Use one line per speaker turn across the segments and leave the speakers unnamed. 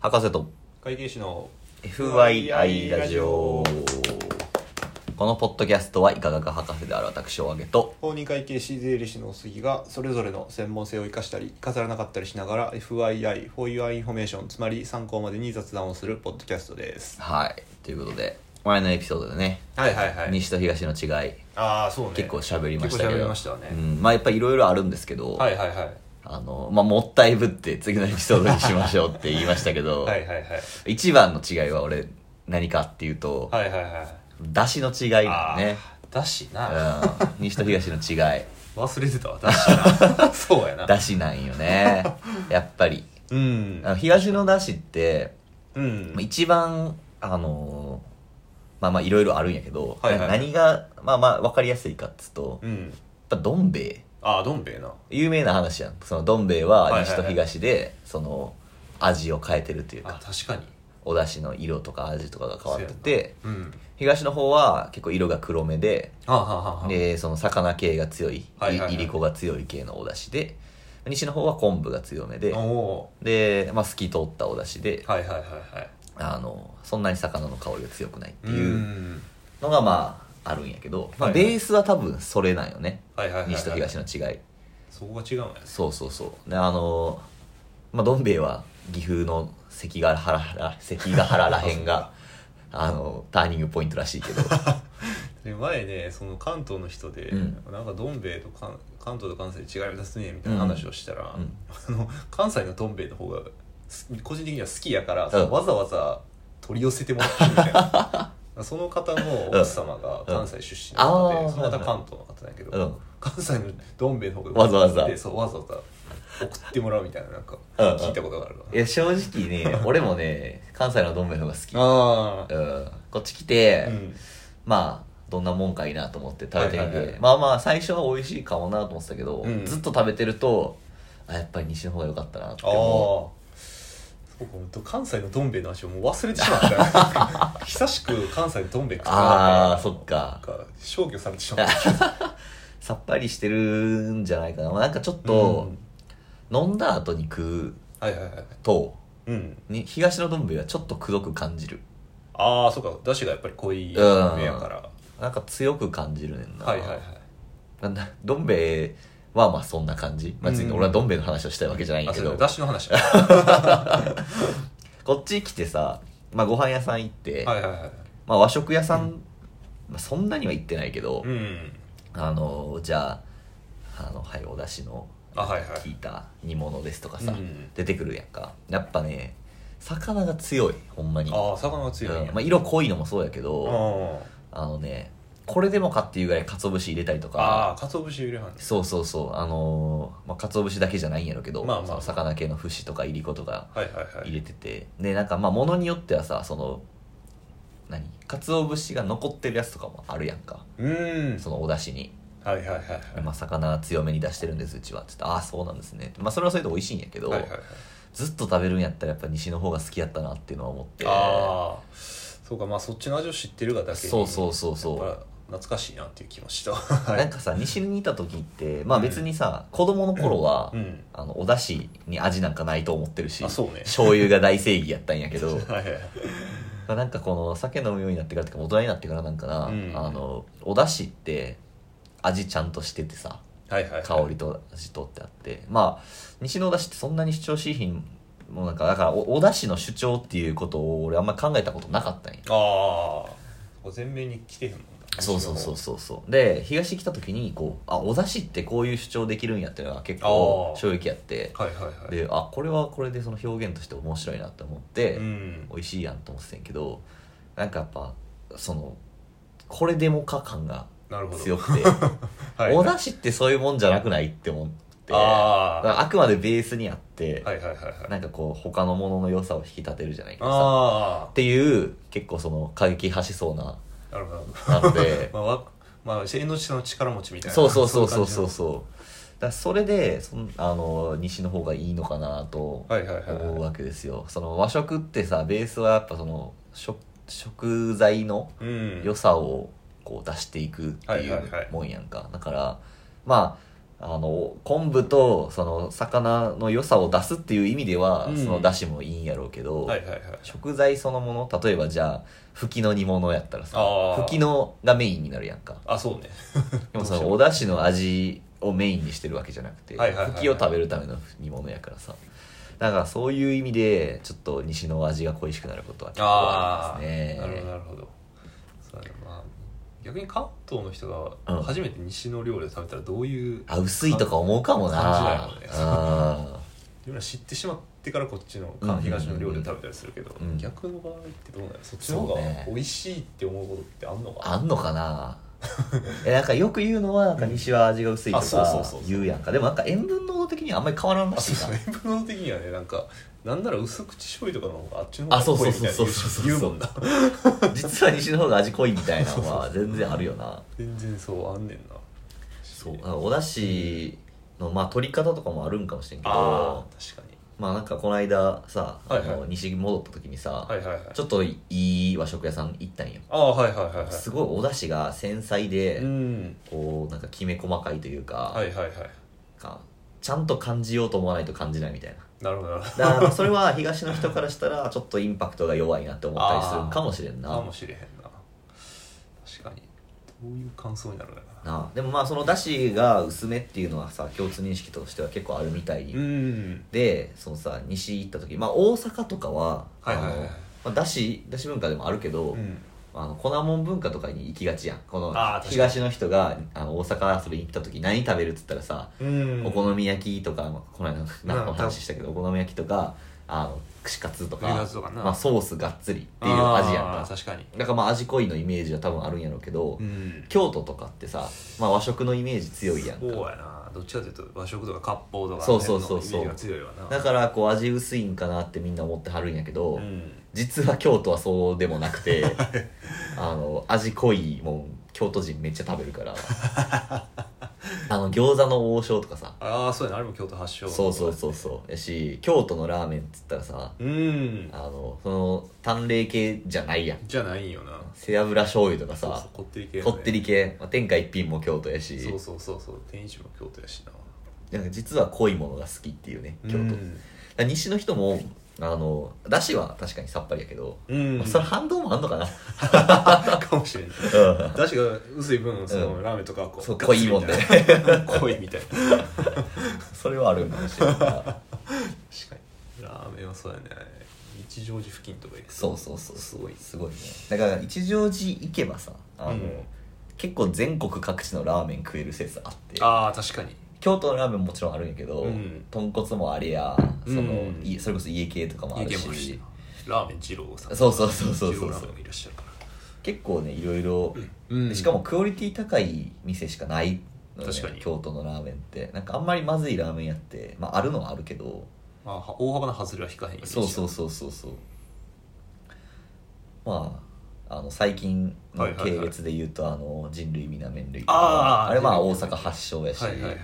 博士と
会計士の
FYI ラジオこのポッドキャストは医科学博士である私をあげと
公認会計士税理士の杉がそれぞれの専門性を生かしたり飾らなかったりしながら FYI for your information つまり参考までに雑談をするポッドキャストです
はいということで前のエピソードでね、
はいはいは
西と東の違い
ああそうね
結構喋りましたけ
結構喋
ど
りましたね
うん、まあやっぱいろいろあるんですけど、
はいはいはい
あのまあ、もったいぶって次のエピソードにしましょうって言いましたけど、
はいはいはい
一番の違いは俺何かっていうと、
はいはいはい
出汁の違いだね、
あーだし
う、
なん
西と東の違い
忘れてたわだし なそうやな
出汁なんよねやっぱり
うん
あの東の出汁って
うん
一番あのーまあまあいろいろあるんやけど、
はいはい
な何がまあまあ分かりやすいかっつうと、
う
やっ
ん
ぱどん兵衛
ああどん兵衛な
有名な話やんそのどん兵衛
はいは
はい
はい
西と東で、その味を変えてるという
あ
か
確かに
お出汁の色とか味とかが変わってて
そうやなうん
東の方は結構色が黒目で
あははは
でその魚系が強いい
はいはいはい
いりこが強い系のお出汁で西の方は昆布が強めで
おお
で、まあ、透き通ったお出汁で
ーはいはいはいはい
あのそんなに魚の香りが強くないって
う
いうんのがまああるんやけど、まあ、
はいはい
ベースは多分それなんよね、
はいはいはいはい
西と東の違い
そこが違うんや
そうそうそうであのまあどん兵衛は岐阜の関ヶ原関ヶ原らへん があのターニングポイントらしいけど
で前ねその関東の人で、
うん
なんかどん兵衛と関関東と関西違いますねみたいな話をしたら、
うん
あの関西のどん兵衛の方がす個人的には好きやから、
うん
わざわざ取り寄せてもらってるみたい なその方の奥様が関西出身なので、
うんあー
その方関東の方だけど、
うん
関西のどん兵衛の方が
わざわざ
でそうわざわざ送ってもらうみたいななんか
うん
聞いたことがあるわ、
いや正直ね俺もね関西のどん兵衛の方が好き、
ああ
うん、こっち来て、
うん
まあどんなもんかいなと思って食べてみて、
はいはいはい
まあまあ最初は美味しいかもなと思ってたけど、
うん
ずっと食べてるとあやっぱり西の方が良かったなって
ああ
思う
そうかもう関西のどん兵衛の味をもう忘れてしま った久しく関西のどん兵衛食ってな
あ
か
あそっか
ったなんか消去されてしまった
さっぱりしてるんじゃないかな、まあ、なんかちょっと、飲んだ後に食う
うん、はいはいはい
と
うん
に東のどん兵衛はちょっとくどく感じる
ああそうかだしがやっぱり濃い
うん
麺やから、
なんか強く感じるねんな
はいはいはい
なんだどん兵衛はまあそんな感じ、まあ、別に俺はどん兵衛の話をしたいわけじゃないん
あ
やけ
そ
ど、
れだし の話は
こっち来てさ、まあ、ご飯屋さん行って、
いはいはい
まあ、和食屋さん、まあ、そんなには行ってないけど、
うん
あのじゃああのはいお出汁の
あはいはい
効いた煮物ですとかさ、
うん
出てくるやんかやっぱね魚が強いほんまに
ああ魚が強いん
う
や、
んまあ、色濃いのもそうやけど、
あ
あのねこれでもかっていうぐらい鰹節入れたりと
ー
か
あー鰹節入れはんね
そうそうそうあのーまあ、鰹節だけじゃないんやろうけど、
まあまあ
その魚系の節とかいりことか
はいはいは
入
い
れてて、でなんかまあものによってはさその何鰹節が残ってるやつとかもあるやんか
うん
そのお出汁に
はいはいはいは
「
い
まあ、魚強めに出してるんですうちは」って言って「ああそうなんですね」まあそれはそれで美味しいんやけど、
はいはいはい
ずっと食べるんやったらやっぱ西の方が好きやったなっていうのは思って
ああそうかまあそっちの味を知ってるがだけに
そうそうそうそう
やっぱ懐かしいなっていう気もした は
なんかさ西にいた時ってまあ別にさ、子供の頃は、
うん
あのお出汁に味なんかないと思ってるし、
あそうね
醤油が大正義やったんやけ ど
はいはい
なんかこの酒飲むようになってからとか大人になってからなんかな、
うん
あのお出汁って味ちゃんとしててさ
はいはい
香りと味とってあってまあ西のお出汁ってそんなに主張しひんもうなんかだからおお出汁の主張っていうことを俺あんま考えたことなかったんや
ああこう全面に来てへんもんな
そうそうそうそうそうで東来た時にこうあお出汁ってこういう主張できるんやっていうのが結構
あー
衝撃やって
はいはいはい
であこれはこれでその表現として面白いなって思って、
うん
美味しいやんと思ってたんやけどなんかやっぱそのこれでもか感が
なるほど
強 くて、
はい
お
はい
出汁ってそういうもんじゃなくないって思って
あー
あくまでベースにあって、
はいはいはいはい
なんかこう他のものの良さを引き立てるじゃないけどさ
あ
っていう結構その過激派しそうな
あなるほど
なので
まあわまあ縁の下の力持ちみたいな
そうそうそうそうそううそうだからそれでそのあの西の方がいいのかなと
いう感じのはいはいはい
思う
はい
わけですよその和食ってさベースはやっぱその食食材の
うん
良さをこう出していくってい
は
う
いはいはい
もんやんかだからまああの昆布とその魚の良さを出すっていう意味では、
うん
その出汁もいいんやろうけど、
はいはいはい
食材そのもの例えばじゃあふきの煮物やったらさ
あー
ふきのがメインになるやんか
あそうね
で もそのお出汁の味をメインにしてるわけじゃなくて
はいはいはいはい
ふきを食べるための煮物やからさだからそういう意味でちょっと西の味が恋しくなることは結構あり
ああ
ますね
なるほどなるほどそうだねまあ逆に関東の人
う
が
ん
初めて西の料理を食べたらどういう
あ薄いとか思うかもな
感じない
あ
自分ら知ってしまってからこっちの
うん
東の料理を食べたりするけど、
うん
逆の場合ってどうなのそっちの方
そ
が
うね
美味しいって思うことってあんのかな
あんのかなえなんかよく言うのはなんか西は味が薄いと
あそうそう
か
そうそう
言うやんかでもなんか塩分濃度的にはあんまり変わらんら
あ
し
そう
いな
そう塩分濃度的にはね なんかなんなら薄口醤油とかの方があっちの
あそ
方
う
が濃
そ
いうみたい
そう
な
そう
言
そうう
も
そう
ん な
実は西の方が味濃いみたいなのは全然あるよな
全然そうあんねんな
そうあのお出汁のまあ取り方とかもあるんかもしれんけ
あ
ど
ー確かに
まあなんかこの間さあ
はいは
の
い
西に戻った時にさ
はいはいはい
ちょっといい和食屋さん行ったんよ
ああはいはいはいは
すごいお出汁が繊細
い
で
うん
こうなんかきめ細かいというか
はいはいはい
かちゃんと感じようと思わないと感じないみたい な
なるほどなるほ
だからまあそれは東の人からしたらちょっとインパクトが弱いなって思ったりするんかもしれん
ど
な
かも
な
しれへんな確かにどういう感想になるのかな
あでもまあそのだしが薄めっていうのはさ共通認識としては結構あるみたい
うん
でそのさ西行った時、まあ、大阪とかは
はいはいはい
あのまあだしだし文化でもあるけど、
うん
あの粉もん文化とかに行きがちやんこの
あー確かに
東の人があの大阪遊びに行った時何食べるっつったらさ、
うん
お好み焼きとか、まあこの間なんかお
多分
話ししたけどお好み焼きとかあの串カツとか
串カツとかな
まあ、ソースがっつりっていう味やん
あー
か
確かに
だからまあ味濃いのイメージは多分あるんやろうけど、
ん
京都とかってさ、まあ、和食のイメージ強いやん
そう
か
やなどっちかというと和食とか割烹とか
そうそうそうそう
あの辺のイメージが強いわな
だからこう味薄いんかなってみんな思ってはるんやけど、
うん
実は京都はそうでもなく てあの味濃いもん京都人めっちゃ食べるからあの餃子の王将とかさ
ああそうやなあれも京都発祥
そうそうそうそうやし京都のラーメンっつったらさ
うん
あのその淡麗系じゃないやん
じゃないんよな
背脂醤油とか
そうそ
さ
うこってり系やね
こってり系、まあ、天下一品も京都やし
そうそうそうそう天一も京都やしな
なんか実は濃いものが好きっていうね京都、
う
だか
ん
ら西の人もあのだしは確かにさっぱりやけど、
うん
まあそれ反動もあんのかな、
かもしれないだしが薄い分その、
う
ラーメンとかはこ
そう濃いもんで
ガッツリみたいな濃いみたいな確
それはあるんかもしれないな
かにラーメンはそうやね一乗寺付近とか行くと
そうそうそう
すごい
すごいねだから一乗寺行けばさあの、
うん
結構全国各地のラーメン食える説あって
ああ確かに
京都のラーメンももちろんあるんやけど、
うん
豚骨もあれやその、
うん
いそれこそ家系とかもあ
家
る
系
し
もあるしなラーメン二郎さん
そうそうそうそうそう
二郎ラーメンもいらっしゃるから
結構ねいろいろ、
うん
でしかもクオリティ高い店しかないのね
確かに
京都のラーメンってなんかあんまりまずいラーメン屋って、まあ、あるのはあるけど
まあ、は大幅な外れは引かへんよね
そうそうそうそうそうまああの最近の
はいはいはい
系列で言うと、あの人類皆麺類と
あ
か
ー
あれまあ
人類
大
皆麺
阪発祥やし、
はいはいはい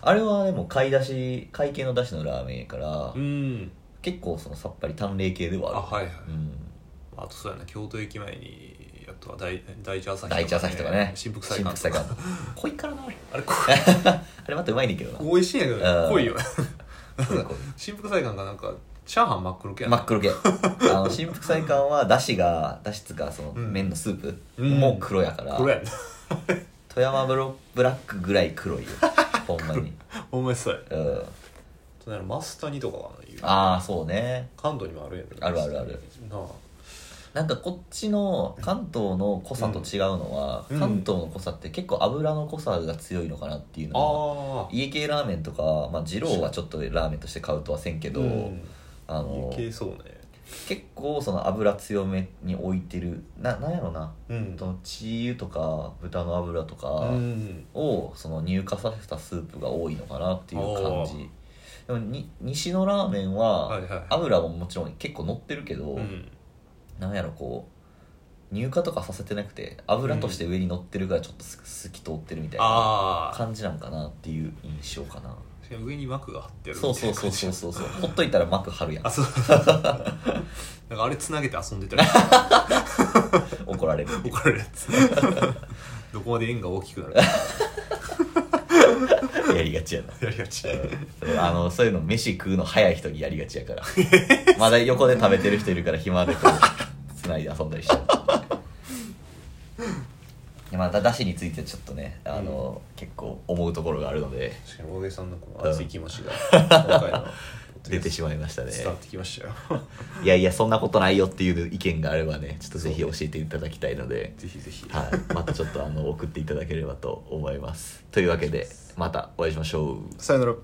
あれはでも買い出し会計の出しのラーメンやから、
うん
結構そのさっぱり淡麗系で
あ
はあ
はいは
る
い、
うん
あとそうやな京都駅前にやっとは大第一朝日
第一朝日とかね
新福祭館
新
とか
館濃いからなあれ
あれこ
あれまたうまいねんけどな
美味しいんやけど
う
ね
ん
濃いよね
濃い濃い
新福祭館がなんかチャーハン真っ黒系や
真
な
っ黒系あの新福祭館はだしがだしつかその
うん
麺のスープ
うん
も黒やから、
黒やね
富山ブロブラックぐらい黒いよほんまに、
お前そうや
うん、
となるマスタニとかはないう
ああそうね
関東にもあるやん
あるあるある
なあ
なんかこっちの関東の濃さと違うのは、
うん
関東の濃さって結構油の濃さが強いのかなっていうのは
あ
家系ラーメンとか、まあ、二郎はちょっとラーメンとして買うとはせんけど、
うん
あ
ー
の
いけそうね
結構その油強めに置いてるななんやろな、
うん
とチー油とか豚の油とか、
うん
をその乳化させたスープが多いのかなっていう感じでもに西のラーメン
は
はい
はいはい
油ももちろん結構乗ってるけど、
うん
なんやろこう乳化とかさせてなくて油として上に乗ってるからちょっとす透き通ってるみたいな
ああ
感じなんかなっていう印象かな
上に膜が張ってあるみた
そ
いうな
そうそうそうそうそうほっといたら膜張るやん
あ そうなんかあれつなげて遊んでたら
怒られるっていう
怒られるや つどこまで縁が大きくなるか
やりがちやな
やりがち
そうあのそういうの飯食うの早い人にやりがちやからまだ横で食べてる人いるから暇でこうつないで遊んだりしてでまただしについてはちょっとねあの、結構思うところがあるので
確かに大げさんのこの熱い気持ち が今回の
出てしまいましたね
伝わってきましたよ
いやいやそんなことないよっていう意見があればねちょっとぜひ教えていただきたいので、
ぜひぜひ
はい、またちょっとあの送っていただければと思いますというわけでまたお会いしましょう
さよなら